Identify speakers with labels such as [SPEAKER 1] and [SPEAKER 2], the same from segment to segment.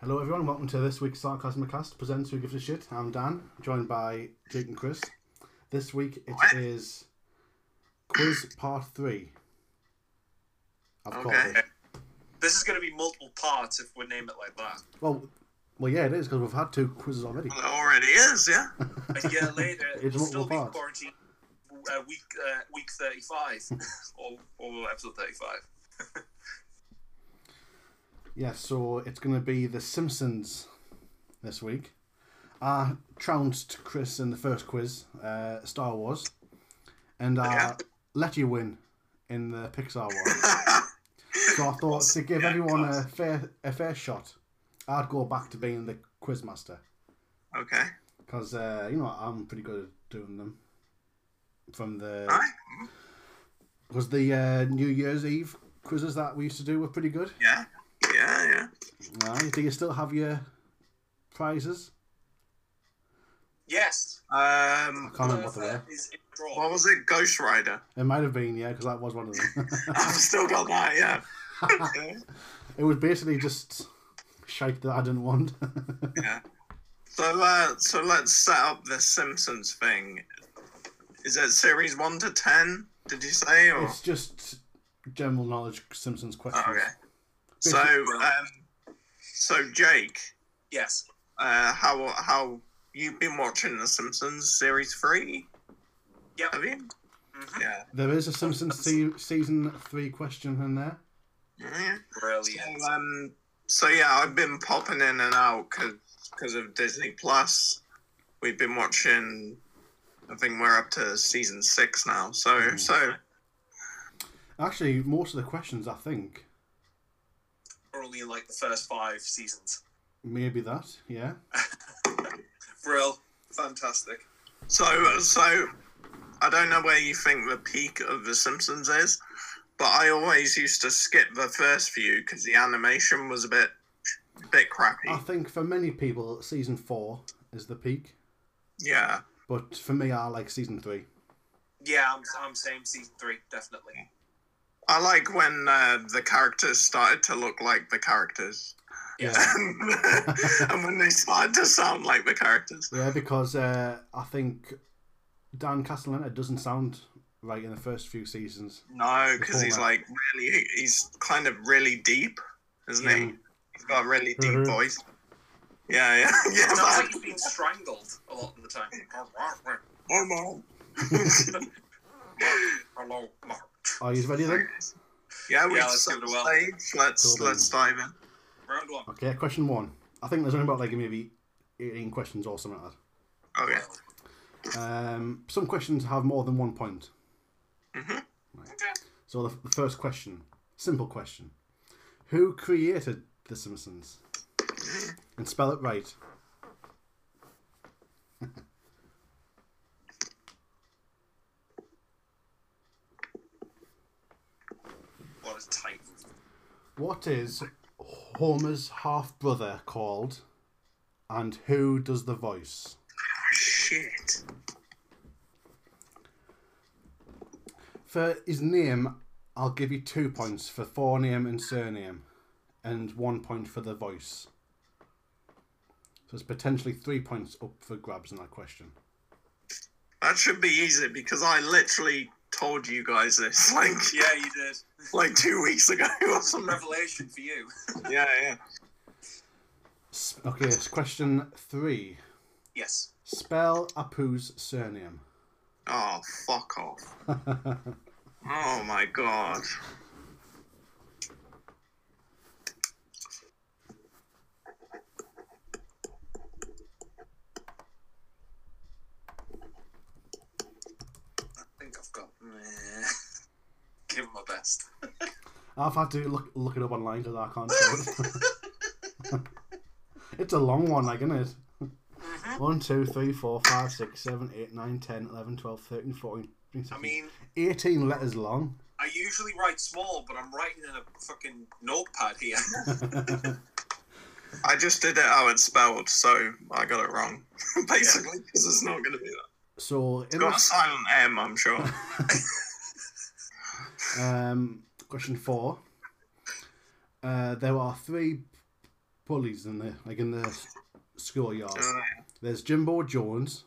[SPEAKER 1] Hello, everyone. Welcome to this week's Sarcasmicast presents Who Gives a Shit. I'm Dan, joined by Jake and Chris. This week it is quiz part three. I've called
[SPEAKER 2] Okay.
[SPEAKER 1] it.
[SPEAKER 2] This is going to be multiple parts if we name it like that.
[SPEAKER 1] Well, well, yeah, it is because we've had two quizzes already.
[SPEAKER 3] Well, it already is, yeah.
[SPEAKER 2] A year later,
[SPEAKER 1] It's
[SPEAKER 2] it'll still
[SPEAKER 1] multiple
[SPEAKER 2] be
[SPEAKER 1] parts.
[SPEAKER 2] quarantine uh, week uh, week thirty five or, or episode thirty five.
[SPEAKER 1] Yeah, so it's going to be The Simpsons this week. I trounced Chris in the first quiz, uh, Star Wars, and I
[SPEAKER 3] Yeah.
[SPEAKER 1] let you win in the Pixar one. so I thought to give everyone a fair a fair shot, I'd go back to being the quiz master
[SPEAKER 3] Okay.
[SPEAKER 1] because uh, you know I'm pretty good at doing them. From the
[SPEAKER 3] All right. Mm,
[SPEAKER 1] was the uh, New Year's Eve quizzes that we used to do were pretty good.
[SPEAKER 3] Yeah. Yeah, yeah.
[SPEAKER 1] Aye, do you still have your prizes?
[SPEAKER 2] Yes.
[SPEAKER 1] I
[SPEAKER 3] Um,
[SPEAKER 1] can't remember what they were.
[SPEAKER 2] Uh, is in the draw.
[SPEAKER 3] what was it? Ghost Rider.
[SPEAKER 1] It might have been, yeah, because that was one of them.
[SPEAKER 3] I've still got that, yeah. Okay.
[SPEAKER 1] it was basically just shite that I didn't want.
[SPEAKER 3] yeah. So, uh, so let's set up the Simpsons thing. Is it series one to ten? Did you say? Or
[SPEAKER 1] it's just general knowledge Simpsons questions.
[SPEAKER 3] Oh, okay. So, um, so Jake,
[SPEAKER 2] Yes.
[SPEAKER 3] uh, how how you've been watching the Simpsons series three?
[SPEAKER 2] Yep.
[SPEAKER 3] Have you?
[SPEAKER 2] Mhm.
[SPEAKER 3] Yeah.
[SPEAKER 1] There is a Simpsons se- season three question in there.
[SPEAKER 3] Yeah.
[SPEAKER 2] Brilliant.
[SPEAKER 3] So, um, so yeah, I've been popping in and out because of Disney Plus. We've been watching. I think we're up to season six now. So
[SPEAKER 1] Mm.
[SPEAKER 3] so
[SPEAKER 1] Actually, most of the questions, I think,
[SPEAKER 2] We're only in like the first five seasons.
[SPEAKER 1] maybe that, yeah.
[SPEAKER 2] Brill. Fantastic.
[SPEAKER 3] so so. I don't know where you think the peak of The Simpsons is, but I always used to skip the first few because the animation was a bit bit crappy.
[SPEAKER 1] I think for many people, season four is the peak,
[SPEAKER 3] Yeah.
[SPEAKER 1] but for me, I like season three.
[SPEAKER 2] Yeah, I'm, I'm saying season three definitely.
[SPEAKER 3] I like when uh, the characters started to look like the characters.
[SPEAKER 1] Yeah.
[SPEAKER 3] and when they started to sound like the characters.
[SPEAKER 1] Yeah, because uh, I think Dan Castellaneta doesn't sound right in the first few seasons.
[SPEAKER 3] No, because he's
[SPEAKER 1] Before
[SPEAKER 3] like really, he's kind of really deep, isn't he? He's got a really deep
[SPEAKER 1] Mhm.
[SPEAKER 3] voice. Yeah, yeah, yeah.
[SPEAKER 2] It sounds like
[SPEAKER 3] man.
[SPEAKER 2] he's being strangled a lot of the time.
[SPEAKER 3] Oh, no.
[SPEAKER 2] Hello, Mark.
[SPEAKER 1] Are you ready then?
[SPEAKER 3] Yeah, we
[SPEAKER 2] Yeah,
[SPEAKER 3] yeah,
[SPEAKER 2] let's give it a whirl.
[SPEAKER 3] stage. Let's
[SPEAKER 1] Cool,
[SPEAKER 3] let's dive in.
[SPEAKER 2] Round one.
[SPEAKER 1] Okay, question one. I think there's only about like maybe 18 questions or something like
[SPEAKER 3] Okay.
[SPEAKER 1] that. Um, some questions have more than one point.
[SPEAKER 3] Mhm.
[SPEAKER 1] Right. So the, the first question, simple question. Who created The Simpsons? And spell it right.
[SPEAKER 2] What a tight.
[SPEAKER 1] What is Homer's half brother called? And who does the voice?
[SPEAKER 3] Shit.
[SPEAKER 1] For his name, I'll give you two points for forename and surname, and one point for the voice. So it's potentially three points up for grabs in that question.
[SPEAKER 3] That should be easy because I literally told you guys this like
[SPEAKER 2] Yeah, you did.
[SPEAKER 3] like two weeks ago or something.
[SPEAKER 2] Revelation for you.
[SPEAKER 3] Yeah, yeah.
[SPEAKER 1] S- Okay, it's question three.
[SPEAKER 2] Yes.
[SPEAKER 1] Spell Apu's surname.
[SPEAKER 3] Oh, fuck off. Oh my god.
[SPEAKER 2] I think I've got. Meh. Give him my best.
[SPEAKER 1] I've had to look look it up online because I can't. Tell it. it's a long one, like, isn't it?
[SPEAKER 2] Uh-huh.
[SPEAKER 1] One, two, three, four, five, six, seven, eight, nine, ten, eleven, twelve, thirteen, fourteen, fifteen,
[SPEAKER 2] I
[SPEAKER 1] sixteen.
[SPEAKER 2] mean,
[SPEAKER 1] 18 letters long.
[SPEAKER 2] I usually write small, but I'm writing in a fucking notepad here.
[SPEAKER 3] I just did it how it's spelled, so I got it wrong. Basically, because it's not going to be that.
[SPEAKER 1] So in
[SPEAKER 3] It's got a
[SPEAKER 1] that,
[SPEAKER 3] silent M, I'm sure.
[SPEAKER 1] um, question four, uh, there are three bullies in the like in the schoolyard.
[SPEAKER 3] Uh,
[SPEAKER 1] There's Jimbo Jones,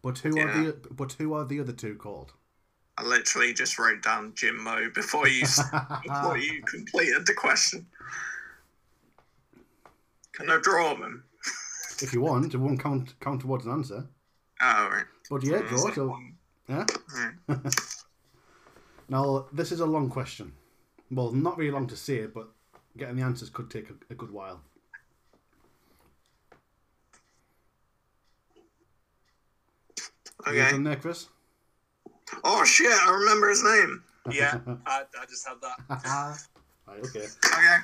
[SPEAKER 1] but who are
[SPEAKER 3] Yeah.
[SPEAKER 1] the but who are the other two called?
[SPEAKER 3] I literally just wrote down Jimmo before you s- before
[SPEAKER 1] Ah.
[SPEAKER 3] you completed the question. Can I draw them?
[SPEAKER 1] if you want, it won't count count towards an answer.
[SPEAKER 3] Oh, right.
[SPEAKER 1] But yeah,
[SPEAKER 3] Mm,
[SPEAKER 1] draw.
[SPEAKER 3] it's
[SPEAKER 1] So,
[SPEAKER 3] like one.
[SPEAKER 1] yeah.
[SPEAKER 3] Mm.
[SPEAKER 1] Now this is a long question. Well, not really long to say, but getting the answers could take a, a good while. You
[SPEAKER 3] Okay.
[SPEAKER 1] done there, Chris?
[SPEAKER 3] Oh shit! I remember his name.
[SPEAKER 2] Yeah, I, I just had that.
[SPEAKER 3] Uh.
[SPEAKER 1] right. Okay.
[SPEAKER 3] Okay.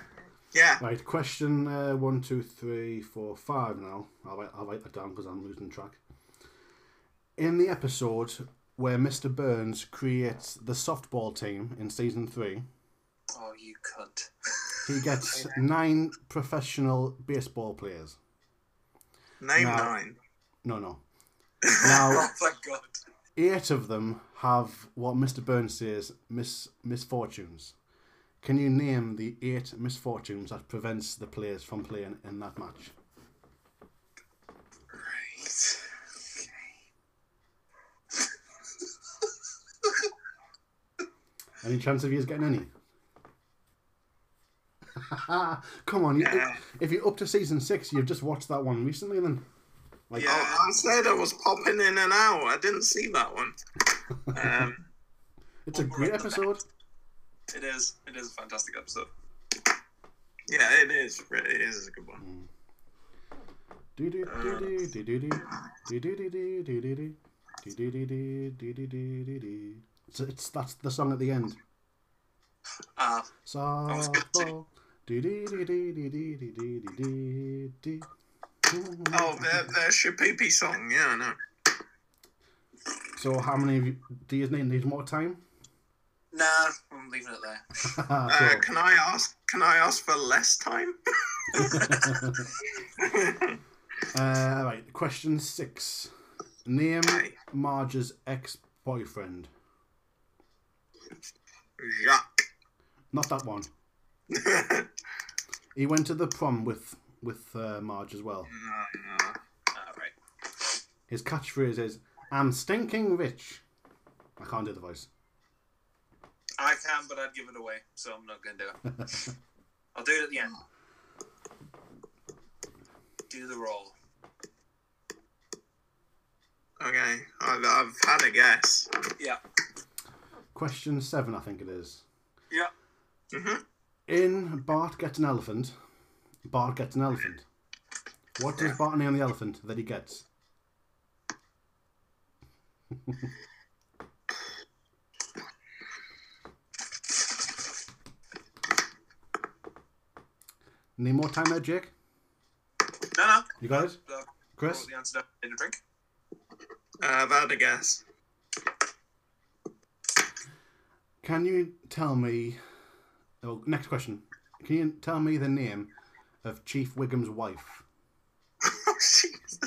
[SPEAKER 3] Yeah.
[SPEAKER 1] Right, question uh, one, two, three, four, five now. I'll write, I'll write that down because I'm losing track. In the episode where Mr. Burns creates the softball team in season three,
[SPEAKER 2] Oh, you cunt.
[SPEAKER 1] he gets nine professional baseball players.
[SPEAKER 3] Name
[SPEAKER 1] No.
[SPEAKER 3] nine.
[SPEAKER 1] No, no. Now,
[SPEAKER 2] Oh, thank God.
[SPEAKER 1] eight of them have what Mr. Burns says mis- misfortunes. Can you name the eight misfortunes that prevents the players from playing in that match?
[SPEAKER 2] Right.
[SPEAKER 1] Any chance of you getting any? Come on, you,
[SPEAKER 3] Yeah.
[SPEAKER 1] if you're up to season six, you've just watched that one recently, then. Like,
[SPEAKER 2] Yeah.
[SPEAKER 3] Oh, I said I was popping in and out. I didn't see that one. Um,
[SPEAKER 1] it's a great episode.
[SPEAKER 2] It is. It is a fantastic episode.
[SPEAKER 3] yeah, it is. It is a good one.
[SPEAKER 1] Do do
[SPEAKER 3] Uh.
[SPEAKER 1] do do do do do do do do do do do do do do do do do do do do. So it's that's the song at the end.
[SPEAKER 2] Ah,
[SPEAKER 1] So
[SPEAKER 2] good too.
[SPEAKER 1] do do do do do do do do do do.
[SPEAKER 3] Oh, the the Shapoopy song. Yeah, I know.
[SPEAKER 1] So how many of you, do you need, need more time?
[SPEAKER 2] nah, I'm leaving it there.
[SPEAKER 3] Uh,
[SPEAKER 1] so,
[SPEAKER 3] Can I ask? Can I ask for less time?
[SPEAKER 1] Uh, right, question six. Name
[SPEAKER 3] Aye.
[SPEAKER 1] Marge's ex boyfriend.
[SPEAKER 3] Jacques.
[SPEAKER 1] Not that one. He went to the prom with with uh, Marge as well.
[SPEAKER 2] Ah, right.
[SPEAKER 1] His catchphrase is "I'm stinking rich." I can't do the voice.
[SPEAKER 2] I can, but I'd give it away, so I'm not going to do it. I'll do it at the end. Do the roll.
[SPEAKER 3] okay, I've, I've had a guess. Uh,
[SPEAKER 2] Yeah.
[SPEAKER 1] Question seven, I think it is.
[SPEAKER 2] Yeah.
[SPEAKER 3] Mhm.
[SPEAKER 1] In Bart gets an elephant. Bart gets an elephant. What does Bart name the elephant that he gets? Need more time there, Jake?
[SPEAKER 2] No, no.
[SPEAKER 1] You got it,
[SPEAKER 2] I've
[SPEAKER 1] Chris?
[SPEAKER 2] brought the answer down in a drink.
[SPEAKER 3] Uh, I've had a guess.
[SPEAKER 1] Can you tell me? Oh, next question. Can you tell me the name of Chief Wiggum's wife?
[SPEAKER 3] Oh, Jesus.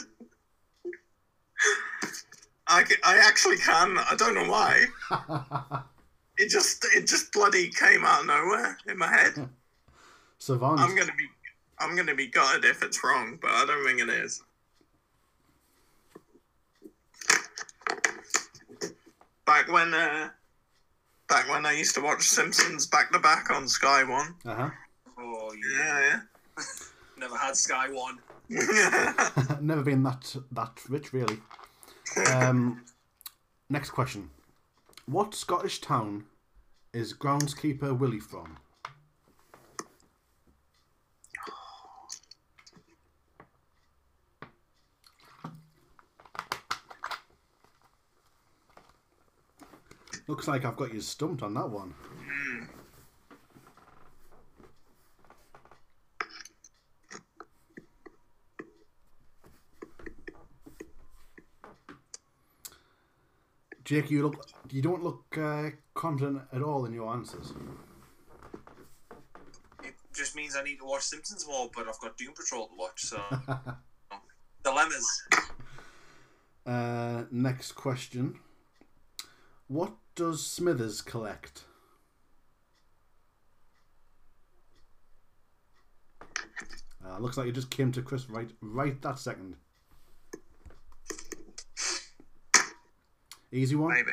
[SPEAKER 3] I, ca- I actually can. I don't know why. It just it just bloody came out of nowhere in my head.
[SPEAKER 1] Savant.
[SPEAKER 3] I'm gonna be I'm gonna be gutted if it's wrong, but I don't think it is. Back when uh, back when I used to watch Simpsons back to back on Sky One.
[SPEAKER 1] Uh
[SPEAKER 2] Oh, you
[SPEAKER 3] Yeah,
[SPEAKER 2] never had Sky One.
[SPEAKER 3] yeah.
[SPEAKER 1] huh. Never been that that rich, really. Um, next question. What Scottish town is groundskeeper Willie from? Looks like I've got you stumped on that one. Jake, you look you don't look uh, confident at all in your answers.
[SPEAKER 2] It just means I need to watch Simpsons more, but I've got Doom Patrol to watch, so. Dilemmas.
[SPEAKER 1] Uh, next question. What does Smithers collect? Ah, that. Looks like it just came to Chris right right that second. Easy one.
[SPEAKER 3] Maybe.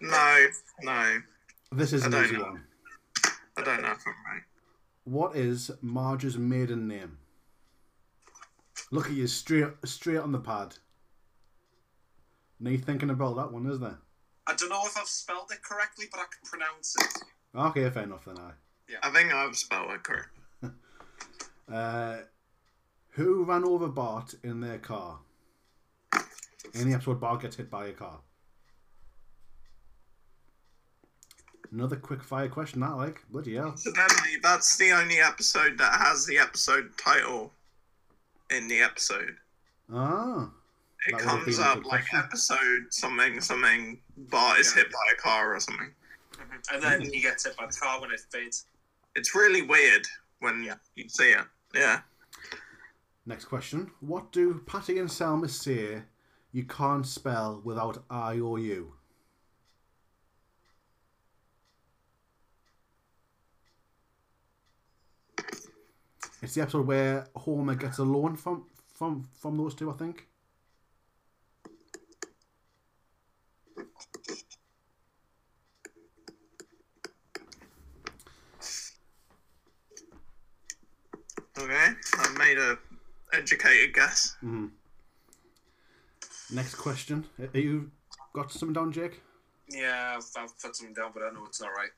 [SPEAKER 3] No, no.
[SPEAKER 1] This is
[SPEAKER 3] I
[SPEAKER 1] an
[SPEAKER 3] don't
[SPEAKER 1] easy
[SPEAKER 3] know.
[SPEAKER 1] one.
[SPEAKER 3] I don't know if I'm right.
[SPEAKER 1] What is Marge's maiden name? Look at you straight straight on the pad. No thinking about that one, is there?
[SPEAKER 2] I don't know if I've spelled it correctly, but I can pronounce it.
[SPEAKER 1] Okay, fair enough then. I.
[SPEAKER 3] I think I've spelled it correct.
[SPEAKER 1] Uh, who ran over Bart in their car? In the episode, Bart gets hit by a car. Another quick fire question, that like bloody hell.
[SPEAKER 3] Incidentally, that's the only episode that has the episode title in the episode.
[SPEAKER 1] Ah,
[SPEAKER 3] It
[SPEAKER 1] That would have
[SPEAKER 3] comes
[SPEAKER 1] been a
[SPEAKER 3] up
[SPEAKER 1] good
[SPEAKER 3] like
[SPEAKER 1] question.
[SPEAKER 3] episode something something. Bart is
[SPEAKER 2] Yeah.
[SPEAKER 3] hit by a car or something.
[SPEAKER 2] Mhm. And then he gets hit by the car when it fades.
[SPEAKER 3] It's really weird when
[SPEAKER 2] Yeah.
[SPEAKER 3] you see it. Yeah.
[SPEAKER 1] next question. What do Patty and Selma say you can't spell without I or you? It's the episode where Homer gets a loan from from from those two, I think.
[SPEAKER 3] Okay. I made a educated guess.
[SPEAKER 1] Mhm. Next question. Have you got something down, Jake?
[SPEAKER 2] Yeah, I've, I've put something down, but I know it's not right.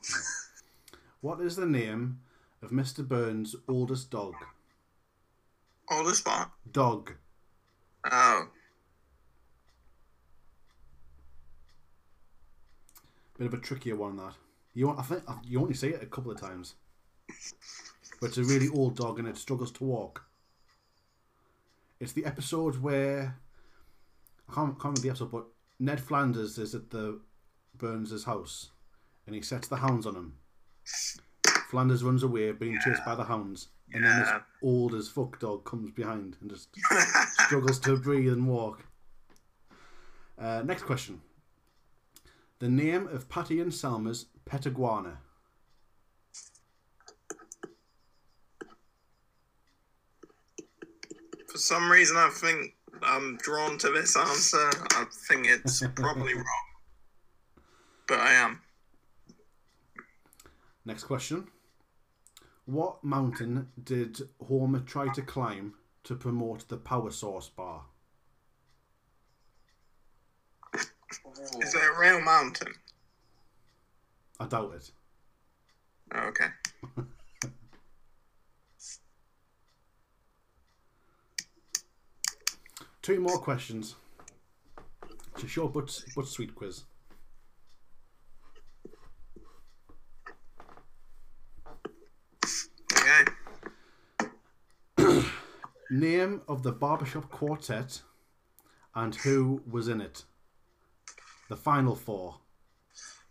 [SPEAKER 1] What is the name of Mr. Burns' oldest dog?
[SPEAKER 3] All the spot.
[SPEAKER 1] Dog.
[SPEAKER 3] Oh.
[SPEAKER 1] Bit of a trickier one that. You want, I think you only see it a couple of times. But it's a really old dog and it struggles to walk. It's the episode where I can't, can't remember the episode, but Ned Flanders is at the Burns' house and he sets the hounds on him. Flanders runs away, being chased by the hounds, and then this
[SPEAKER 3] Yeah.
[SPEAKER 1] old as fuck dog comes behind and just struggles to breathe and walk. Uh, next question. The name of Patty and Selma's pet iguana.
[SPEAKER 3] For some reason, I think I'm drawn to this answer. I think it's probably wrong. But I am.
[SPEAKER 1] Next question. What mountain did Homer try to climb to promote the power source bar?
[SPEAKER 3] Is there a real mountain?
[SPEAKER 1] I doubt it.
[SPEAKER 3] Oh, okay.
[SPEAKER 1] Two more questions. It's a short but, but sweet quiz.
[SPEAKER 3] Okay.
[SPEAKER 1] Name of the barbershop quartet and who was in it? The final four.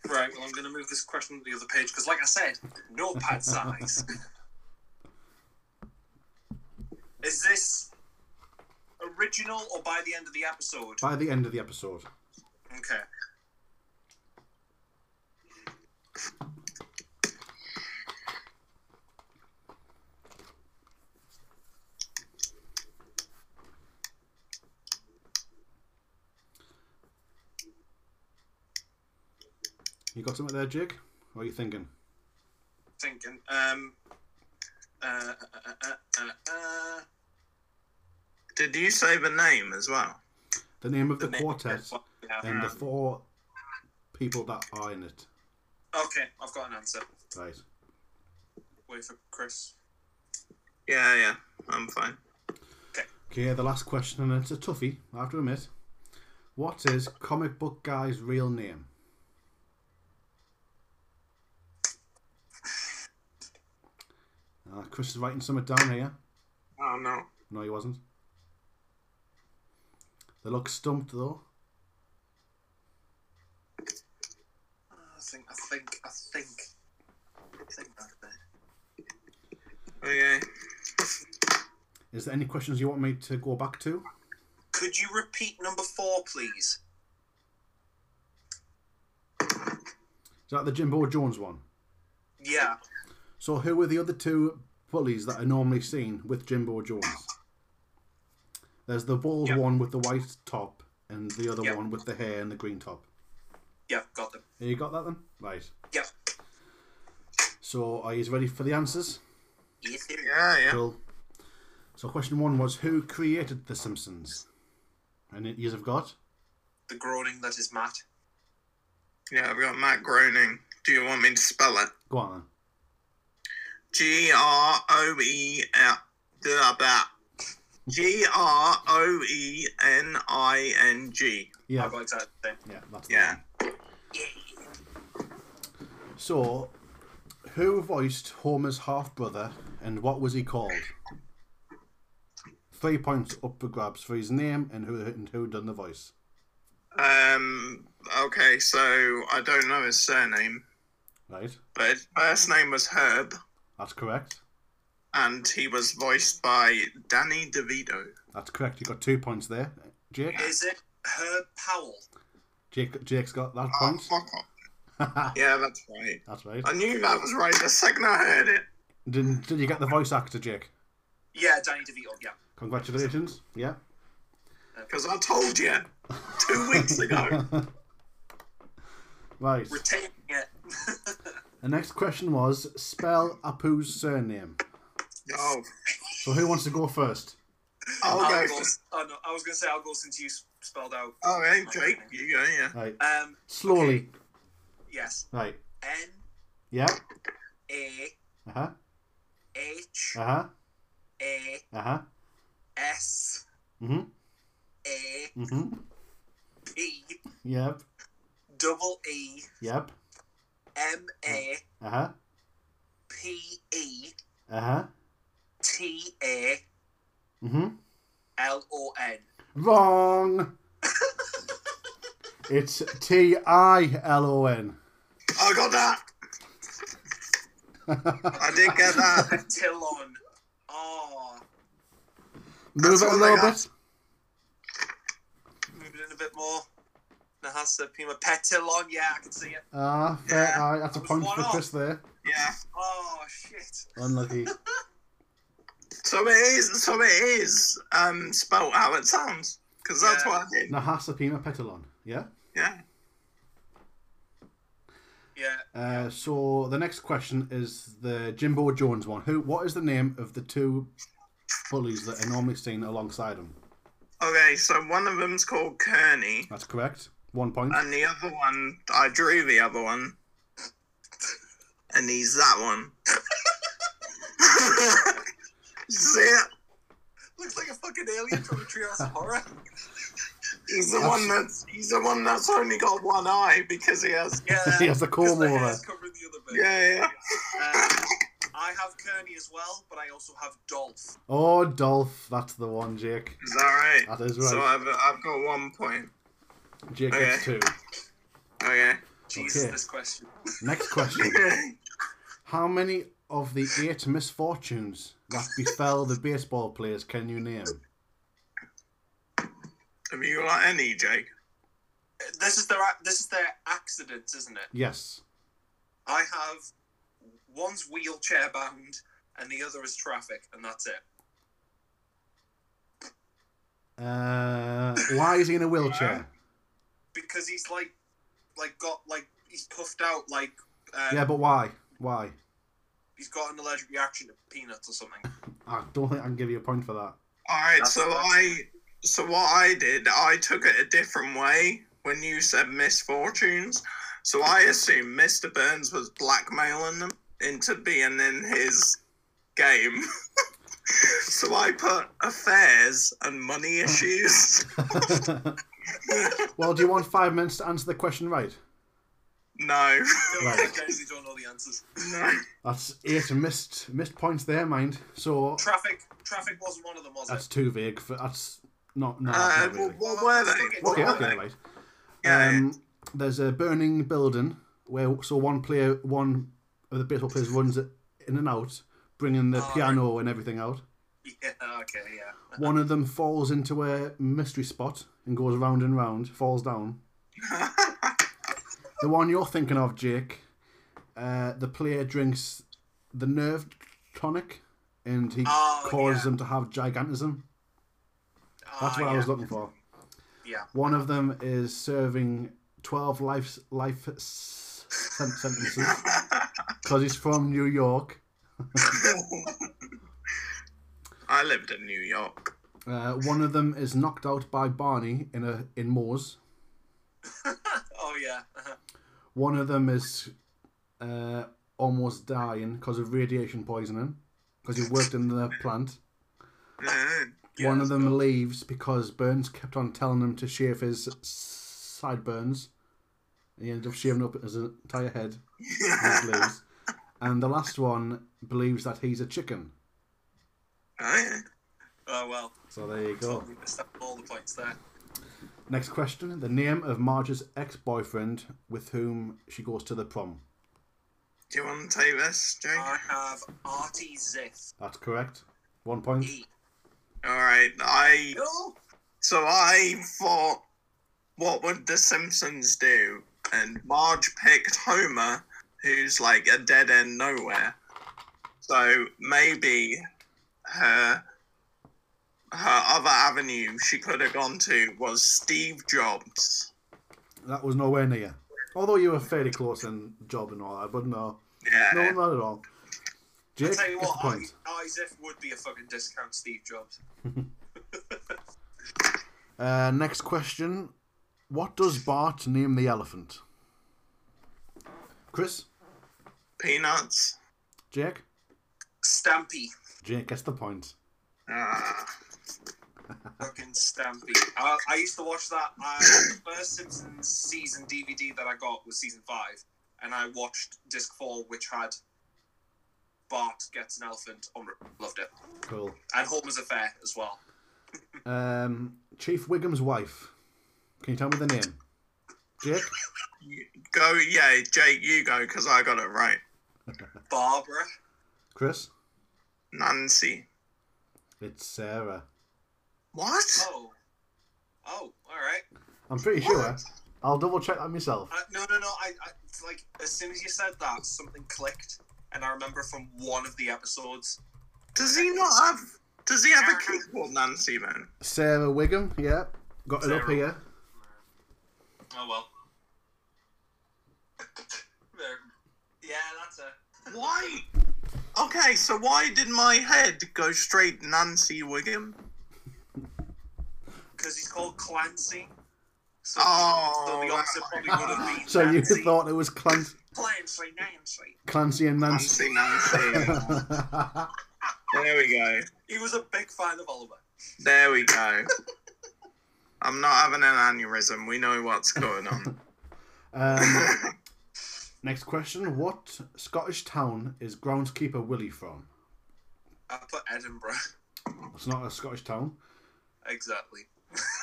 [SPEAKER 2] Right, well, I'm going to move this question to the other page because, like I said, no pad size. Is this original or by the end of the episode?
[SPEAKER 1] By the end of the episode.
[SPEAKER 2] Okay.
[SPEAKER 1] You got something there, Jig? What are you thinking?
[SPEAKER 2] thinking. Um, uh, uh, uh, uh, uh,
[SPEAKER 3] Did you say the name as well?
[SPEAKER 1] The name of the,
[SPEAKER 2] name-
[SPEAKER 1] quartet
[SPEAKER 2] Yeah.
[SPEAKER 1] and the four people that are in it.
[SPEAKER 2] Okay, I've got an answer.
[SPEAKER 1] Right.
[SPEAKER 2] Wait for Chris.
[SPEAKER 3] Yeah, yeah. I'm fine.
[SPEAKER 1] Okay, the last question, and it's a toughie, I have to admit. What is Comic Book Guy's real name? Uh, Chris is writing something down here.
[SPEAKER 3] Oh, no.
[SPEAKER 1] No, he wasn't. They look stumped, though.
[SPEAKER 2] I think. I think. I think. I think that's it.
[SPEAKER 3] Okay.
[SPEAKER 1] Is there any questions you want me to go back to?
[SPEAKER 2] Could you repeat number four, please?
[SPEAKER 1] Is that the Jimbo Jones one?
[SPEAKER 2] Yeah.
[SPEAKER 1] So, who were the other two pulleys that are normally seen with Jimbo Jones. There's the bald
[SPEAKER 2] Yep.
[SPEAKER 1] one with the white top, and the other
[SPEAKER 2] Yep.
[SPEAKER 1] one with the hair and the green top.
[SPEAKER 2] Yep, got them.
[SPEAKER 1] You got that then? Right.
[SPEAKER 2] Yep.
[SPEAKER 1] So are you ready for the answers?
[SPEAKER 2] Yes, sir.
[SPEAKER 3] Yeah, yeah.
[SPEAKER 1] Cool. So question one was who created The Simpsons? And it- yous have got
[SPEAKER 2] The groaning that is Matt.
[SPEAKER 3] Yeah, I've got Matt Groening. Do you want me to spell it?
[SPEAKER 1] go on then.
[SPEAKER 3] G R O E G R O E N I N G.
[SPEAKER 1] Yeah,
[SPEAKER 2] I've got exactly the same.
[SPEAKER 1] yeah, that's the
[SPEAKER 3] Yeah.
[SPEAKER 1] one. So, who voiced Homer's half brother, and what was he called? Three points up for grabs for his name and who and who done the voice.
[SPEAKER 3] Um. Okay, so I don't know his surname,
[SPEAKER 1] Right,
[SPEAKER 3] but his first name was Herb,
[SPEAKER 1] that's correct.
[SPEAKER 3] and he was voiced by Danny DeVito.
[SPEAKER 1] That's correct. You got two points there, Jake.
[SPEAKER 2] Is it Herb Powell?
[SPEAKER 1] Jake Jake's got that
[SPEAKER 3] Oh,
[SPEAKER 1] point.
[SPEAKER 3] fuck off. Yeah, that's right.
[SPEAKER 1] that's right.
[SPEAKER 3] I knew that was right the second I heard it.
[SPEAKER 1] Did, did you get the voice actor, Jake?
[SPEAKER 2] Yeah, Danny DeVito. Yeah.
[SPEAKER 1] Congratulations. Yeah.
[SPEAKER 3] Because I told you two weeks ago.
[SPEAKER 1] right.
[SPEAKER 2] Retaining it.
[SPEAKER 1] The next question was spell Apu's surname.
[SPEAKER 3] Oh,
[SPEAKER 1] So who wants to go first?
[SPEAKER 3] I'll
[SPEAKER 2] I'll
[SPEAKER 3] go.
[SPEAKER 2] go-
[SPEAKER 3] first.
[SPEAKER 2] oh, no, I was going to say I'll go since you s- spelled out.
[SPEAKER 3] Oh, hey, Jake, you go, yeah.
[SPEAKER 1] Right.
[SPEAKER 2] Um,
[SPEAKER 1] Slowly.
[SPEAKER 2] yes.
[SPEAKER 1] Right.
[SPEAKER 2] N
[SPEAKER 1] Yeah.
[SPEAKER 2] A
[SPEAKER 1] Uh huh.
[SPEAKER 2] H
[SPEAKER 1] Uh huh.
[SPEAKER 2] A
[SPEAKER 1] Uh huh.
[SPEAKER 2] S
[SPEAKER 1] Mhm.
[SPEAKER 2] A
[SPEAKER 1] Mhm.
[SPEAKER 2] P
[SPEAKER 1] Yep.
[SPEAKER 2] double E
[SPEAKER 1] Yep.
[SPEAKER 2] M A
[SPEAKER 1] Uh huh.
[SPEAKER 2] P E
[SPEAKER 1] Uh huh.
[SPEAKER 2] T A
[SPEAKER 1] Mhm.
[SPEAKER 2] L O N.
[SPEAKER 1] Wrong. it's T I L O N.
[SPEAKER 3] I got that. I did get that.
[SPEAKER 2] Tillon. Oh,
[SPEAKER 1] Move
[SPEAKER 3] That's
[SPEAKER 1] it a
[SPEAKER 3] what
[SPEAKER 1] little
[SPEAKER 3] I
[SPEAKER 1] bit.
[SPEAKER 2] moving in a bit more. Nahasa Pima Petillon. Yeah, I can see it.
[SPEAKER 1] Ah, fair.
[SPEAKER 3] Yeah.
[SPEAKER 1] aye, that's a point
[SPEAKER 2] One
[SPEAKER 1] for
[SPEAKER 2] off.
[SPEAKER 1] Chris there.
[SPEAKER 3] Yeah.
[SPEAKER 2] Oh shit.
[SPEAKER 1] Unlucky.
[SPEAKER 3] So it is. So it is. Um, spelt how it sounds. Because that's
[SPEAKER 2] Yeah.
[SPEAKER 3] what I did.
[SPEAKER 1] Nahasapima Petalon. Yeah.
[SPEAKER 3] Yeah.
[SPEAKER 2] Yeah.
[SPEAKER 1] Uh, so the next question is the Jimbo Jones one. Who? What is the name of the two bullies that are normally seen alongside him?
[SPEAKER 3] Okay. So one of them's called Kearney,
[SPEAKER 1] That's correct. One point.
[SPEAKER 3] and the other one, I drew the other one, and he's that one. You See it?
[SPEAKER 2] Looks like a fucking alien from a Treehouse of Horror.
[SPEAKER 3] He's the one that's he's the one that's only got one eye because he has.
[SPEAKER 2] Yeah.
[SPEAKER 1] he has the
[SPEAKER 2] because
[SPEAKER 1] comb
[SPEAKER 2] the
[SPEAKER 1] over.
[SPEAKER 2] hair's covering the other bit.
[SPEAKER 3] Yeah, yeah.
[SPEAKER 2] Um, I have Kearney as well, but I also have Dolph.
[SPEAKER 1] Oh, Dolph. That's the one, Jake.
[SPEAKER 3] Is that right?
[SPEAKER 1] That is
[SPEAKER 3] So
[SPEAKER 1] right.
[SPEAKER 3] I've I've got one point.
[SPEAKER 1] Jake gets two.
[SPEAKER 3] Okay.
[SPEAKER 2] Jesus,
[SPEAKER 1] Okay.
[SPEAKER 2] this question.
[SPEAKER 1] Next question. How many of the eight misfortunes that befell the baseball players can you name?
[SPEAKER 3] Have you got any, Jake?
[SPEAKER 2] This is their this is their accidents, isn't it?
[SPEAKER 1] Yes.
[SPEAKER 2] I have one's wheelchair bound and the other is traffic, and that's it.
[SPEAKER 1] Uh, why is he in a wheelchair?
[SPEAKER 2] Because he's like, like got like he's puffed out, like um,
[SPEAKER 1] Yeah, but why? Why?
[SPEAKER 2] he's got an allergic reaction to peanuts or something.
[SPEAKER 1] I don't think I can give you a point for that.
[SPEAKER 3] All right.
[SPEAKER 2] That's
[SPEAKER 3] So
[SPEAKER 2] fine.
[SPEAKER 3] I, so what I did, I took it a different way when you said misfortunes. So I assumed Mr. Burns was blackmailing them into being in his game. so I put affairs and money issues.
[SPEAKER 1] well, do you want five minutes to answer the question right?
[SPEAKER 3] no, Uh,
[SPEAKER 2] No,
[SPEAKER 1] Right.
[SPEAKER 2] guys, who don't know the answers.
[SPEAKER 3] no.
[SPEAKER 1] That's eight missed missed points there, mind. So
[SPEAKER 2] Traffic, traffic wasn't one of them, was it?
[SPEAKER 1] that's too vague. For that's not no.
[SPEAKER 3] Uh,
[SPEAKER 1] that's Ah, not
[SPEAKER 3] what,
[SPEAKER 1] really. Um,
[SPEAKER 3] what were they? What
[SPEAKER 1] Okay,
[SPEAKER 3] were
[SPEAKER 1] okay,
[SPEAKER 3] they?
[SPEAKER 1] right.
[SPEAKER 3] Yeah,
[SPEAKER 1] Um, there's a burning building where so one player, one of the baseball players runs it in and out, bringing the
[SPEAKER 2] Oh,
[SPEAKER 1] piano and everything out.
[SPEAKER 2] Yeah. Okay. Yeah.
[SPEAKER 1] One of them falls into a mystery spot and goes round and round, falls down. The one you're thinking of, Jake, uh, the player drinks the nerve tonic and he
[SPEAKER 2] Oh,
[SPEAKER 1] causes
[SPEAKER 2] yeah.
[SPEAKER 1] them to have gigantism. That's
[SPEAKER 2] Ah,
[SPEAKER 1] what I
[SPEAKER 2] yeah.
[SPEAKER 1] was looking for.
[SPEAKER 2] Yeah.
[SPEAKER 1] One of them is serving 12 life, life s- sen- sentences because he's from New York.
[SPEAKER 3] I lived in New York.
[SPEAKER 1] Uh, one of them is knocked out by Barney in a in Moors.
[SPEAKER 2] Oh yeah.
[SPEAKER 1] One of them is uh, almost dying because of radiation poisoning because he worked in the plant.
[SPEAKER 3] Mm.
[SPEAKER 1] One
[SPEAKER 2] Yes.
[SPEAKER 1] of them leaves because Burns kept on telling him to shave his s- sideburns. He ended up shaving up his entire head. And, he leaves. and the last one believes that he's a chicken.
[SPEAKER 3] Oh,
[SPEAKER 2] Oh well.
[SPEAKER 1] So there you go.
[SPEAKER 2] Totally missed out on all the points there.
[SPEAKER 1] Next question: The name of Marge's ex-boyfriend with whom she goes to the prom.
[SPEAKER 3] Do you want to take this, Jake?
[SPEAKER 2] I have Artie Ziff.
[SPEAKER 1] That's correct. One point.
[SPEAKER 2] E.
[SPEAKER 3] All right. I
[SPEAKER 2] No.
[SPEAKER 3] so I thought, what would the Simpsons do? And Marge picked Homer, who's like a dead end nowhere. So maybe her her other avenue she could have gone to was Steve Jobs.
[SPEAKER 1] That was nowhere near. Although you were fairly close in job and all that, but no,
[SPEAKER 3] Yeah.
[SPEAKER 1] no, not at all. Jake,
[SPEAKER 2] I tell you
[SPEAKER 1] gets
[SPEAKER 2] what,
[SPEAKER 1] the
[SPEAKER 2] Artie,
[SPEAKER 1] point.
[SPEAKER 2] Artie Ziff would be a fucking discount Steve Jobs.
[SPEAKER 1] Uh, next question. What does Bart name the elephant? Chris?
[SPEAKER 3] Peanuts.
[SPEAKER 1] Jake?
[SPEAKER 2] Stampy.
[SPEAKER 1] Jake gets the point.
[SPEAKER 3] Ah.
[SPEAKER 2] Fucking Stampy. I, I used to watch that. Uh, the first Simpsons season DVD that I got was season five, and I watched disc four, which had Bart gets an elephant. On, re- loved it,
[SPEAKER 1] Cool.
[SPEAKER 2] and Homer's Affair as well.
[SPEAKER 1] Um, Chief Wiggum's wife. Can you tell me the name? Jake?
[SPEAKER 3] Go, yeah, Jake, you go, because I got it right.
[SPEAKER 2] Barbara.
[SPEAKER 1] Chris?
[SPEAKER 3] Nancy.
[SPEAKER 1] It's Sarah.
[SPEAKER 3] What?
[SPEAKER 2] Oh, oh, all right.
[SPEAKER 1] I'm pretty sure. I'll double check that myself.
[SPEAKER 2] Uh, no, no, no. I, I it's like as soon as you said that, something clicked, and I remember from one of the episodes.
[SPEAKER 3] Does he not have? Does he have a kid called Nancy then?
[SPEAKER 1] Sarah Wiggum, yeah. Got it up
[SPEAKER 2] Sarah.
[SPEAKER 1] here.
[SPEAKER 2] Oh well. There. yeah, that's a.
[SPEAKER 3] Why? Okay, so why did my head go straight Nancy Wiggum?
[SPEAKER 2] Because he's called Clancy. So,
[SPEAKER 3] Oh,
[SPEAKER 2] so the opposite
[SPEAKER 3] wow.
[SPEAKER 2] probably would have been
[SPEAKER 1] So you
[SPEAKER 2] Nancy.
[SPEAKER 1] thought it was Clancy,
[SPEAKER 2] Clancy, Nancy.
[SPEAKER 1] Clancy and Nancy.
[SPEAKER 3] Nancy, Nancy. there we go.
[SPEAKER 2] He was a big fan of Oliver.
[SPEAKER 3] There we go. I'm not having an aneurysm. We know what's going on.
[SPEAKER 1] um, Next question. What Scottish town is groundskeeper Willie from?
[SPEAKER 2] I put Edinburgh.
[SPEAKER 1] It's not a Scottish town.
[SPEAKER 2] Exactly.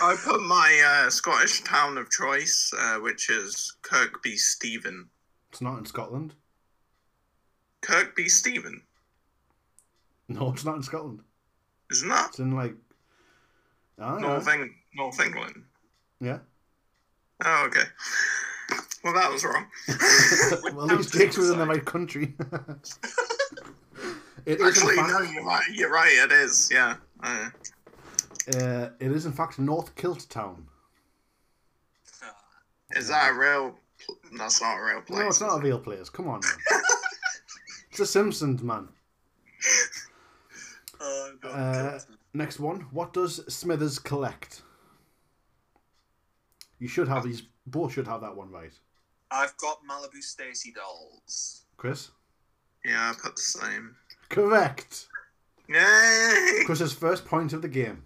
[SPEAKER 3] I put my uh, Scottish town of choice, uh, which is Kirkby Stephen.
[SPEAKER 1] It's not in Scotland.
[SPEAKER 3] Kirkby Stephen,
[SPEAKER 1] No, it's not in Scotland.
[SPEAKER 3] isn't that?
[SPEAKER 1] It's in like. I don't know.
[SPEAKER 3] North, Eng- North England.
[SPEAKER 1] Yeah.
[SPEAKER 3] Oh, okay. Well, that was wrong.
[SPEAKER 1] well, at least Jake's was in the right country. it, is
[SPEAKER 3] Actually,
[SPEAKER 1] in
[SPEAKER 3] no,
[SPEAKER 1] fact,
[SPEAKER 3] you're right. You're right. It is. Yeah. Uh,
[SPEAKER 1] uh, it is in fact North Kilt Town.
[SPEAKER 2] Ah,
[SPEAKER 3] is that a real? pl- That's not a real place.
[SPEAKER 1] No, it's not a real place. Come on, man. it's the Simpsons, man.
[SPEAKER 2] oh, God.
[SPEAKER 1] Uh, next one. What does Smithers collect? You should have these. Both should have that one right.
[SPEAKER 2] I've got Malibu Stacy dolls.
[SPEAKER 1] Chris?
[SPEAKER 3] Yeah, I put the same.
[SPEAKER 1] Correct.
[SPEAKER 3] Yay!
[SPEAKER 1] Chris's first point of the game.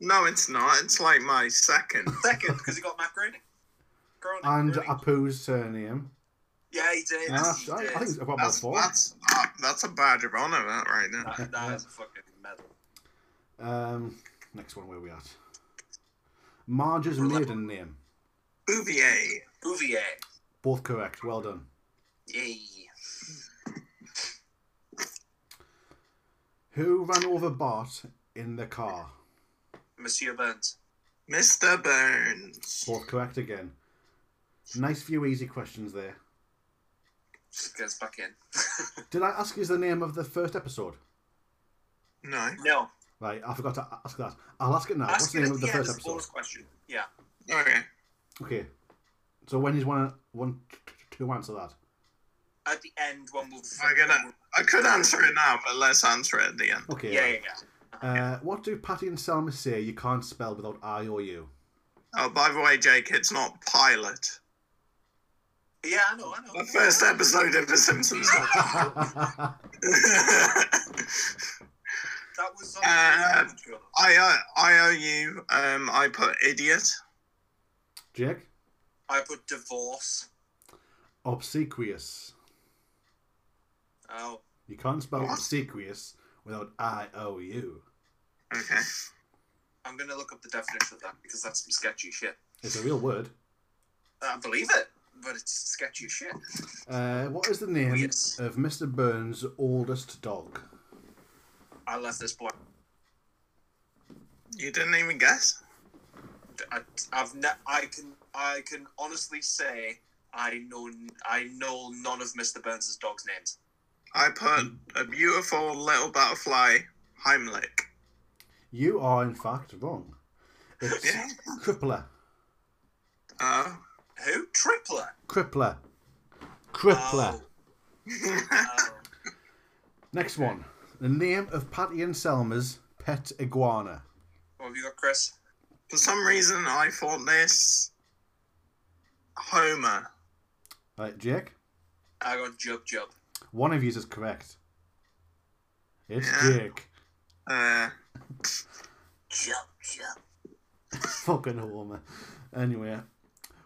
[SPEAKER 3] No, it's not. It's like my second.
[SPEAKER 2] Second, because he got Matt Groening. Groening,
[SPEAKER 1] And
[SPEAKER 2] Groening.
[SPEAKER 1] Apu's surname.
[SPEAKER 2] yeah, he did.
[SPEAKER 1] Ah,
[SPEAKER 2] he
[SPEAKER 1] I, I
[SPEAKER 2] did.
[SPEAKER 1] think I've got my
[SPEAKER 3] That's
[SPEAKER 1] four.
[SPEAKER 3] that's uh, that's a badge of honor, that right there.
[SPEAKER 2] That- that is a fucking medal.
[SPEAKER 1] Um, next one, where we at? Marge's maiden name.
[SPEAKER 3] Bouvier.
[SPEAKER 2] Bouvier.
[SPEAKER 1] Both correct. Well done.
[SPEAKER 2] Yay.
[SPEAKER 1] Who ran over Bart in the car?
[SPEAKER 2] Monsieur Burns.
[SPEAKER 3] Mr. Burns.
[SPEAKER 1] Both correct again. Nice few easy questions there.
[SPEAKER 2] Just goes back in.
[SPEAKER 1] Did I ask is the name of the first episode?
[SPEAKER 3] No.
[SPEAKER 2] no.
[SPEAKER 1] Right, I forgot to ask that. I'll ask it now. What's
[SPEAKER 2] Ask
[SPEAKER 1] the
[SPEAKER 2] it
[SPEAKER 1] name
[SPEAKER 2] at
[SPEAKER 1] of the
[SPEAKER 2] end
[SPEAKER 1] first
[SPEAKER 2] as a
[SPEAKER 1] episode?
[SPEAKER 2] bonus question. Yeah.
[SPEAKER 3] Okay.
[SPEAKER 1] Okay. So when is one one to answer that?
[SPEAKER 2] At the end, when we'll.
[SPEAKER 3] I'm gonna- I could answer it now, but let's answer it at the end.
[SPEAKER 1] Okay.
[SPEAKER 2] Yeah, yeah, yeah.
[SPEAKER 1] Uh, what do Patty and Selma say you can't spell without I or you?
[SPEAKER 3] Oh, by the way, Jake, it's not pilot.
[SPEAKER 2] Yeah, I know, I know.
[SPEAKER 3] The first episode of The Simpsons.
[SPEAKER 1] I
[SPEAKER 2] That was on
[SPEAKER 3] Uh,
[SPEAKER 2] the show.
[SPEAKER 3] I owe, I owe you. Um, I put idiot.
[SPEAKER 1] Jake?
[SPEAKER 2] I put divorce.
[SPEAKER 1] Obsequious.
[SPEAKER 2] Oh.
[SPEAKER 1] You can't spell
[SPEAKER 3] What?
[SPEAKER 1] obsequious without I O U.
[SPEAKER 3] Okay.
[SPEAKER 2] I'm gonna look up the definition of that because that's some sketchy shit.
[SPEAKER 1] It's a real word.
[SPEAKER 2] I believe it, but it's sketchy shit.
[SPEAKER 1] Uh, what is the
[SPEAKER 3] Oh,
[SPEAKER 1] name
[SPEAKER 2] Yes.
[SPEAKER 1] of Mr. Burns' oldest dog?
[SPEAKER 2] I left this blank.
[SPEAKER 3] You didn't even guess.
[SPEAKER 2] I, I've ne- I can I can honestly say I know I know none of Mr. Burns' dogs' names.
[SPEAKER 3] I put a beautiful little butterfly. Heimlich.
[SPEAKER 1] You are, in fact, wrong. It's
[SPEAKER 3] Yeah.
[SPEAKER 1] Crippler.
[SPEAKER 3] Oh.
[SPEAKER 2] Who? Tripler.
[SPEAKER 1] Crippler. Crippler.
[SPEAKER 2] Oh, oh.
[SPEAKER 1] Next one. The name of Patty and Selma's pet iguana.
[SPEAKER 2] what have you got, Chris?
[SPEAKER 3] For some reason, I thought this. Homer.
[SPEAKER 1] Right, Jake?
[SPEAKER 2] I got Jub Jub.
[SPEAKER 1] One of you is correct. It's
[SPEAKER 3] Yeah.
[SPEAKER 1] Jake.
[SPEAKER 3] Uh,
[SPEAKER 2] Jub Jub.
[SPEAKER 1] Fucking Homer. Anyway.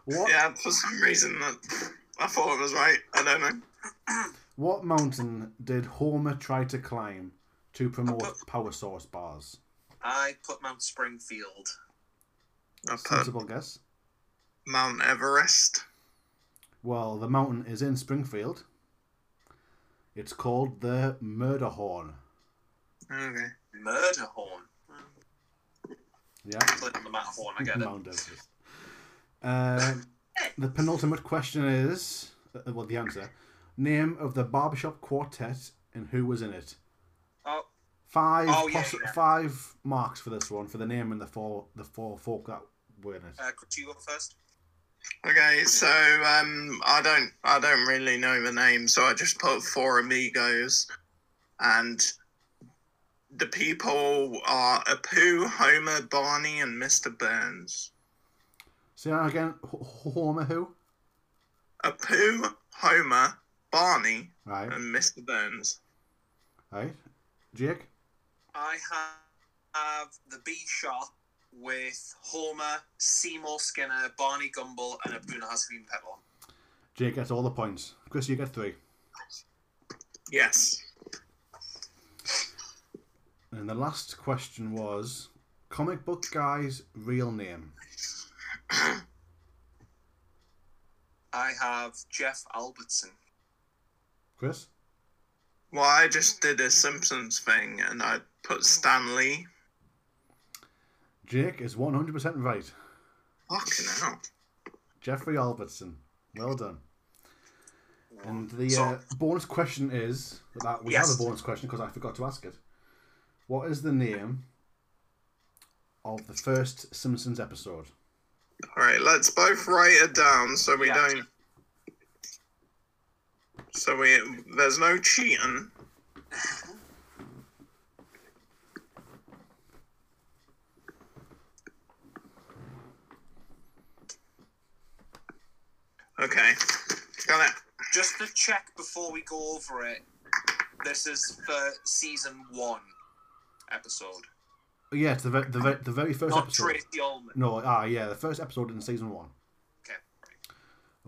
[SPEAKER 1] What
[SPEAKER 3] yeah, for some reason, that- I thought it was right. I don't know.
[SPEAKER 1] what mountain did Homer try to climb to promote power source bars?
[SPEAKER 2] I put Mount Springfield.
[SPEAKER 3] I put
[SPEAKER 1] Sensible guess.
[SPEAKER 3] Mount Everest.
[SPEAKER 1] Well, the mountain is in Springfield. It's called the Murder Horn.
[SPEAKER 3] Okay.
[SPEAKER 2] Murder Horn.
[SPEAKER 1] Yeah.
[SPEAKER 2] Click on the Matterhorn. I get it.
[SPEAKER 1] Mount Everest. Um, the penultimate question is uh, well, the answer name of the barbershop quartet and who was in it.
[SPEAKER 2] Oh,
[SPEAKER 1] Five,
[SPEAKER 2] Oh, yeah,
[SPEAKER 1] possi-
[SPEAKER 2] yeah.
[SPEAKER 1] five marks for this one for the name and the four the four folk that were in it.
[SPEAKER 2] uh, Chris, you go first.
[SPEAKER 3] Okay, so um, I don't, I don't really know the name, so I just put four amigos, and the people are Apu, Homer, Barney, and Mister Burns.
[SPEAKER 1] See that again, H- H- Homer who?
[SPEAKER 3] Apu, Homer, Barney,
[SPEAKER 1] Right,
[SPEAKER 3] and Mister Burns.
[SPEAKER 1] right. Jake,
[SPEAKER 2] I ha- have the B shot with Homer, Seymour Skinner, Barney Gumble, and Abuna Hasbin Petal.
[SPEAKER 1] Jake gets all the points. Chris, you get three.
[SPEAKER 3] Yes.
[SPEAKER 1] And the last question was comic book guy's real name.
[SPEAKER 2] I have Jeff Albertson.
[SPEAKER 1] Chris,
[SPEAKER 3] Well, I just did a Simpsons thing, and I put Stanley.
[SPEAKER 1] Jake is one hundred percent right.
[SPEAKER 3] Fucking hell.
[SPEAKER 1] Jeffrey Albertson. Well done. And the
[SPEAKER 2] So-
[SPEAKER 1] uh, bonus question is that we
[SPEAKER 2] Yes.
[SPEAKER 1] have a bonus question because I forgot to ask it. What is the name of the first Simpsons episode?
[SPEAKER 3] All right, let's both write it down so we
[SPEAKER 2] Yeah.
[SPEAKER 3] don't. So we there's no cheating. Okay, got it.
[SPEAKER 2] Just to check before we go over it, this is for season one episode.
[SPEAKER 1] Oh, yeah, it's the ve- the, ve- the very first
[SPEAKER 2] Not
[SPEAKER 1] episode.
[SPEAKER 2] Tracy Ullman.
[SPEAKER 1] No, ah, yeah, the first episode in season one.
[SPEAKER 2] Okay.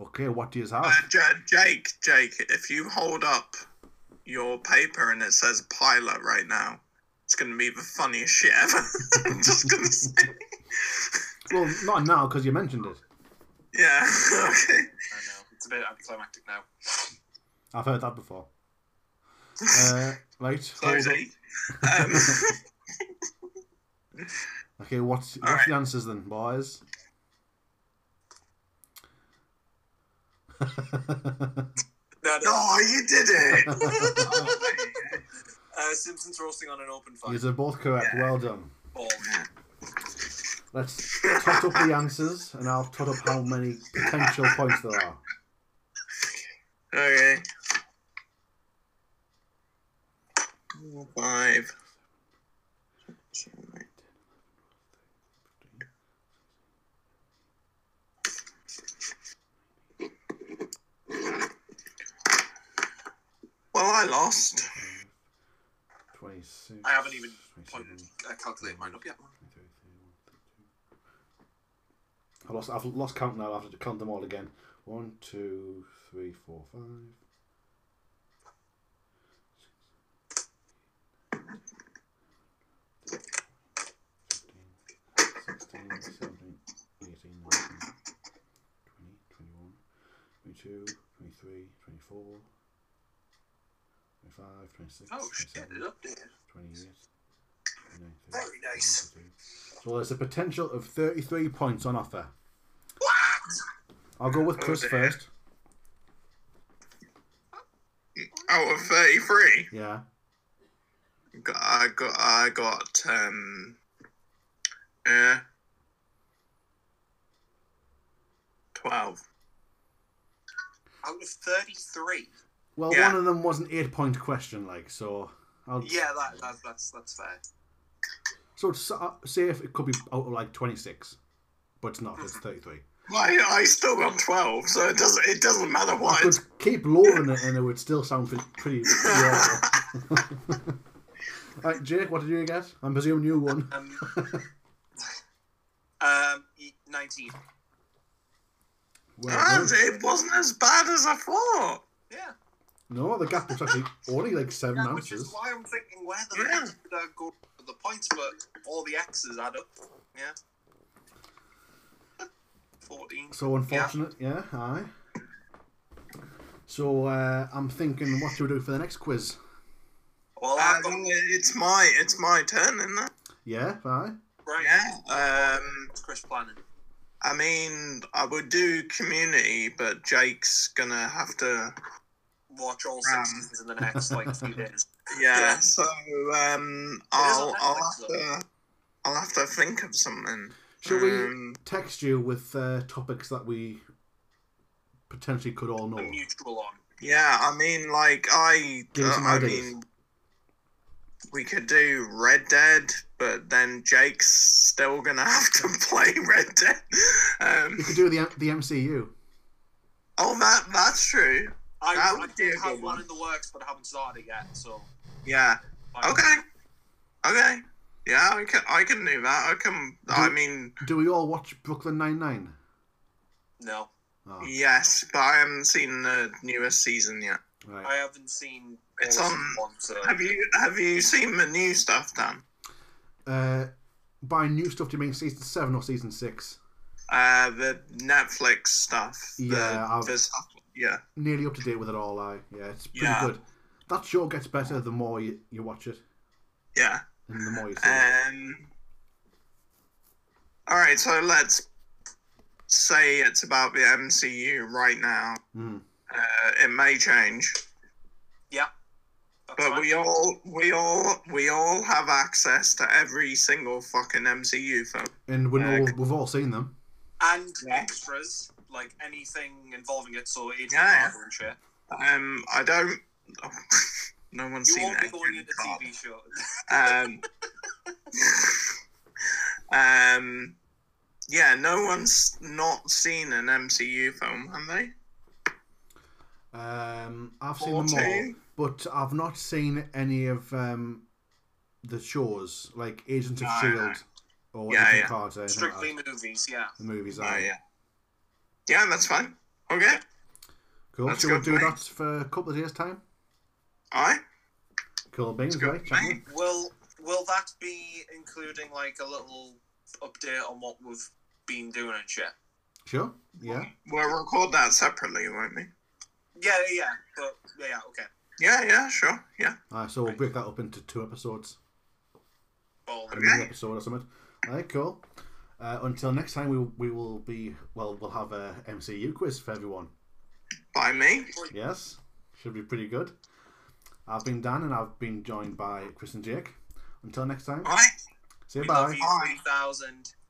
[SPEAKER 1] Okay, what do you
[SPEAKER 3] Uh,
[SPEAKER 1] have?
[SPEAKER 3] J- Jake, Jake, if you hold up your paper and it says pilot right now, it's gonna be the funniest shit ever. I'm just gonna say.
[SPEAKER 1] Well, not now because you mentioned it.
[SPEAKER 3] Yeah. Okay.
[SPEAKER 2] I know. It's a bit anticlimactic now.
[SPEAKER 1] I've heard that before. Uh, right.
[SPEAKER 3] Sorry,
[SPEAKER 1] hold on.
[SPEAKER 3] Zane. Um,
[SPEAKER 1] Okay, what's what's
[SPEAKER 3] Alright.
[SPEAKER 1] the answers then, boys?
[SPEAKER 2] No, it
[SPEAKER 3] No, you did it.
[SPEAKER 2] Uh, Simpsons roasting on an open fire.
[SPEAKER 1] These are both correct. Well done.
[SPEAKER 2] Ball.
[SPEAKER 1] Let's tot up the answers, and I'll tot up how many potential points there are.
[SPEAKER 3] okay. Five. Well, I lost.
[SPEAKER 1] 26.
[SPEAKER 2] I haven't even
[SPEAKER 1] 27,
[SPEAKER 2] Point, I calculated mine up yet.
[SPEAKER 3] Oh,
[SPEAKER 1] 23, 24. I lost, I've lost count now. I have to count them all again. One, two, three, four, five. sixteen, seventeen, eighteen, nineteen, twenty, twenty-one, twenty-two, twenty-three, twenty-four, twenty-five, twenty-six,
[SPEAKER 2] Oh shit!
[SPEAKER 1] twenty-seven,
[SPEAKER 2] It updated.
[SPEAKER 1] 28. 29,
[SPEAKER 2] Very
[SPEAKER 1] 30,
[SPEAKER 2] nice.
[SPEAKER 1] 32. So there's a potential of 33 points on offer. I'll go with Chris
[SPEAKER 3] Okay.
[SPEAKER 1] first.
[SPEAKER 3] Out of 33.
[SPEAKER 1] Yeah.
[SPEAKER 3] Got, I got, I got, um, uh, 12.
[SPEAKER 2] Out of thirty-three.
[SPEAKER 1] Well,
[SPEAKER 3] Yeah.
[SPEAKER 1] one of them was an eight point question, like, so. I'll,
[SPEAKER 2] Yeah, that, that that's that's fair.
[SPEAKER 1] So it's, uh, say if it could be out of like 26, but it's not, it's 33.
[SPEAKER 3] I, I still got 12, so it doesn't, it doesn't matter
[SPEAKER 1] I
[SPEAKER 3] what.
[SPEAKER 1] could
[SPEAKER 3] It's,
[SPEAKER 1] keep lowering it and it would still sound pretty. pretty awful. Alright, Jake, what did you get? I'm presuming you won.
[SPEAKER 2] Um, um, e- nineteen.
[SPEAKER 1] Well,
[SPEAKER 3] Ah,
[SPEAKER 1] done.
[SPEAKER 3] it wasn't as bad as I thought.
[SPEAKER 2] Yeah.
[SPEAKER 1] no, the gap was actually only like seven
[SPEAKER 2] which is
[SPEAKER 1] ounces.
[SPEAKER 2] why I'm thinking where the
[SPEAKER 3] Yeah.
[SPEAKER 2] yeah. did I go for the points, but all the X's add up. Yeah. Fourteen.
[SPEAKER 1] So unfortunate, yeah, aye. So uh, I'm thinking, what do we do for the next quiz?
[SPEAKER 2] Well,
[SPEAKER 3] Uh,
[SPEAKER 2] I've got
[SPEAKER 3] it's my, it's my turn, isn't it?
[SPEAKER 1] Yeah, aye.
[SPEAKER 2] right.
[SPEAKER 3] Yeah. Um,
[SPEAKER 2] It's Chris planning.
[SPEAKER 3] I mean, I would do community, but Jake's gonna have to.
[SPEAKER 2] Watch all
[SPEAKER 3] Um.
[SPEAKER 2] six seasons in the next like few days.
[SPEAKER 3] Yeah.
[SPEAKER 2] Yeah.
[SPEAKER 3] So um, I'll
[SPEAKER 2] on
[SPEAKER 3] I'll
[SPEAKER 2] Netflix,
[SPEAKER 3] have
[SPEAKER 2] though.
[SPEAKER 3] to I'll have to think of something.
[SPEAKER 1] Shall we
[SPEAKER 3] Um,
[SPEAKER 1] text you with uh, topics that we potentially could all
[SPEAKER 2] A
[SPEAKER 1] know?
[SPEAKER 2] mutual on.
[SPEAKER 3] yeah, I mean, like I,
[SPEAKER 1] Give us some
[SPEAKER 3] uh, I
[SPEAKER 1] ideas.
[SPEAKER 3] mean, we could do Red Dead, but then Jake's still gonna have to play Red Dead. Um,
[SPEAKER 1] We could do the M- the MCU.
[SPEAKER 3] oh, that that's true.
[SPEAKER 2] I,
[SPEAKER 3] That
[SPEAKER 2] I
[SPEAKER 3] would be
[SPEAKER 2] did
[SPEAKER 3] a
[SPEAKER 2] have
[SPEAKER 3] good
[SPEAKER 2] one
[SPEAKER 3] one.
[SPEAKER 2] in the works, but I haven't started it yet. So
[SPEAKER 3] Yeah.
[SPEAKER 2] fine.
[SPEAKER 3] Okay. Okay. Yeah, I can I can do that. I can. I mean.
[SPEAKER 1] Do we all watch Brooklyn Nine Nine?
[SPEAKER 2] No,
[SPEAKER 1] Oh,
[SPEAKER 3] Yes, but I haven't seen the newest season yet.
[SPEAKER 2] I
[SPEAKER 1] right.
[SPEAKER 2] haven't seen.
[SPEAKER 3] It's um,
[SPEAKER 2] all uh, of
[SPEAKER 3] on-
[SPEAKER 2] One, so.
[SPEAKER 3] Have you have you seen the new stuff, Dan?
[SPEAKER 1] Uh, by new stuff, do you mean season seven or season six?
[SPEAKER 3] Uh, the Netflix stuff. the-
[SPEAKER 1] Yeah, I've-
[SPEAKER 3] the stuff. Yeah,
[SPEAKER 1] Nearly up to date with it all. I yeah, it's pretty
[SPEAKER 3] Yeah.
[SPEAKER 1] good. That show gets better the more you, you watch it
[SPEAKER 3] yeah.
[SPEAKER 1] and the more you see it.
[SPEAKER 3] Um. All right, so let's say it's about the MCU right now.
[SPEAKER 1] Mm.
[SPEAKER 3] Uh, it may change,
[SPEAKER 2] That's
[SPEAKER 3] but
[SPEAKER 2] fine.
[SPEAKER 3] we uh, all we all we all have access to every single fucking MCU film.
[SPEAKER 1] And we know
[SPEAKER 3] Uh,
[SPEAKER 1] we've all seen them.
[SPEAKER 2] and
[SPEAKER 3] Yeah.
[SPEAKER 2] extras, like anything involving it, so Agent
[SPEAKER 3] Yeah.
[SPEAKER 2] Carter and shit.
[SPEAKER 3] Um, I don't. no one's
[SPEAKER 2] You
[SPEAKER 3] seen
[SPEAKER 2] won't be
[SPEAKER 3] Agent
[SPEAKER 2] going into
[SPEAKER 3] Carter.
[SPEAKER 2] TV show.
[SPEAKER 3] um, um, yeah, no one's not seen an MCU film, have they?
[SPEAKER 1] Um, I've seen
[SPEAKER 3] Or
[SPEAKER 1] them all.
[SPEAKER 3] two?
[SPEAKER 1] but I've not seen any of um, the shows like Agents of
[SPEAKER 3] No,
[SPEAKER 1] Shield
[SPEAKER 3] no.
[SPEAKER 1] E or
[SPEAKER 3] Yeah,
[SPEAKER 1] Agent
[SPEAKER 3] yeah.
[SPEAKER 1] Carter. anything like
[SPEAKER 2] Strictly
[SPEAKER 1] that.
[SPEAKER 2] movies, yeah.
[SPEAKER 1] the movies.
[SPEAKER 3] Oh,
[SPEAKER 1] are
[SPEAKER 3] yeah. Yeah, that's fine. Okay.
[SPEAKER 1] Cool.
[SPEAKER 3] That's
[SPEAKER 1] So we'll
[SPEAKER 3] good,
[SPEAKER 1] do
[SPEAKER 3] mate.
[SPEAKER 1] that for a couple of years' time.
[SPEAKER 3] All right.
[SPEAKER 1] Cool beans,
[SPEAKER 3] good,
[SPEAKER 1] right? champion?
[SPEAKER 3] mate.
[SPEAKER 2] Will Will that be including like a little update on what we've been doing and shit?
[SPEAKER 1] Sure. Yeah.
[SPEAKER 3] We'll record that separately, won't we?
[SPEAKER 2] Yeah, yeah, yeah, but yeah, yeah, okay.
[SPEAKER 3] Yeah, yeah, sure. Yeah.
[SPEAKER 1] Alright, so we'll break that up into two episodes,
[SPEAKER 2] Well,
[SPEAKER 1] a
[SPEAKER 3] Okay.
[SPEAKER 1] mini episode or something. Alright, cool. Uh, until next time, we we will be well. We'll have a MCU quiz for everyone.
[SPEAKER 3] By me.
[SPEAKER 1] Yes. Should be pretty good. I've been Dan, and I've been joined by Chris and Jake. Until next time,
[SPEAKER 3] All right.
[SPEAKER 1] say
[SPEAKER 2] We E
[SPEAKER 1] bye.
[SPEAKER 2] love you, 3000.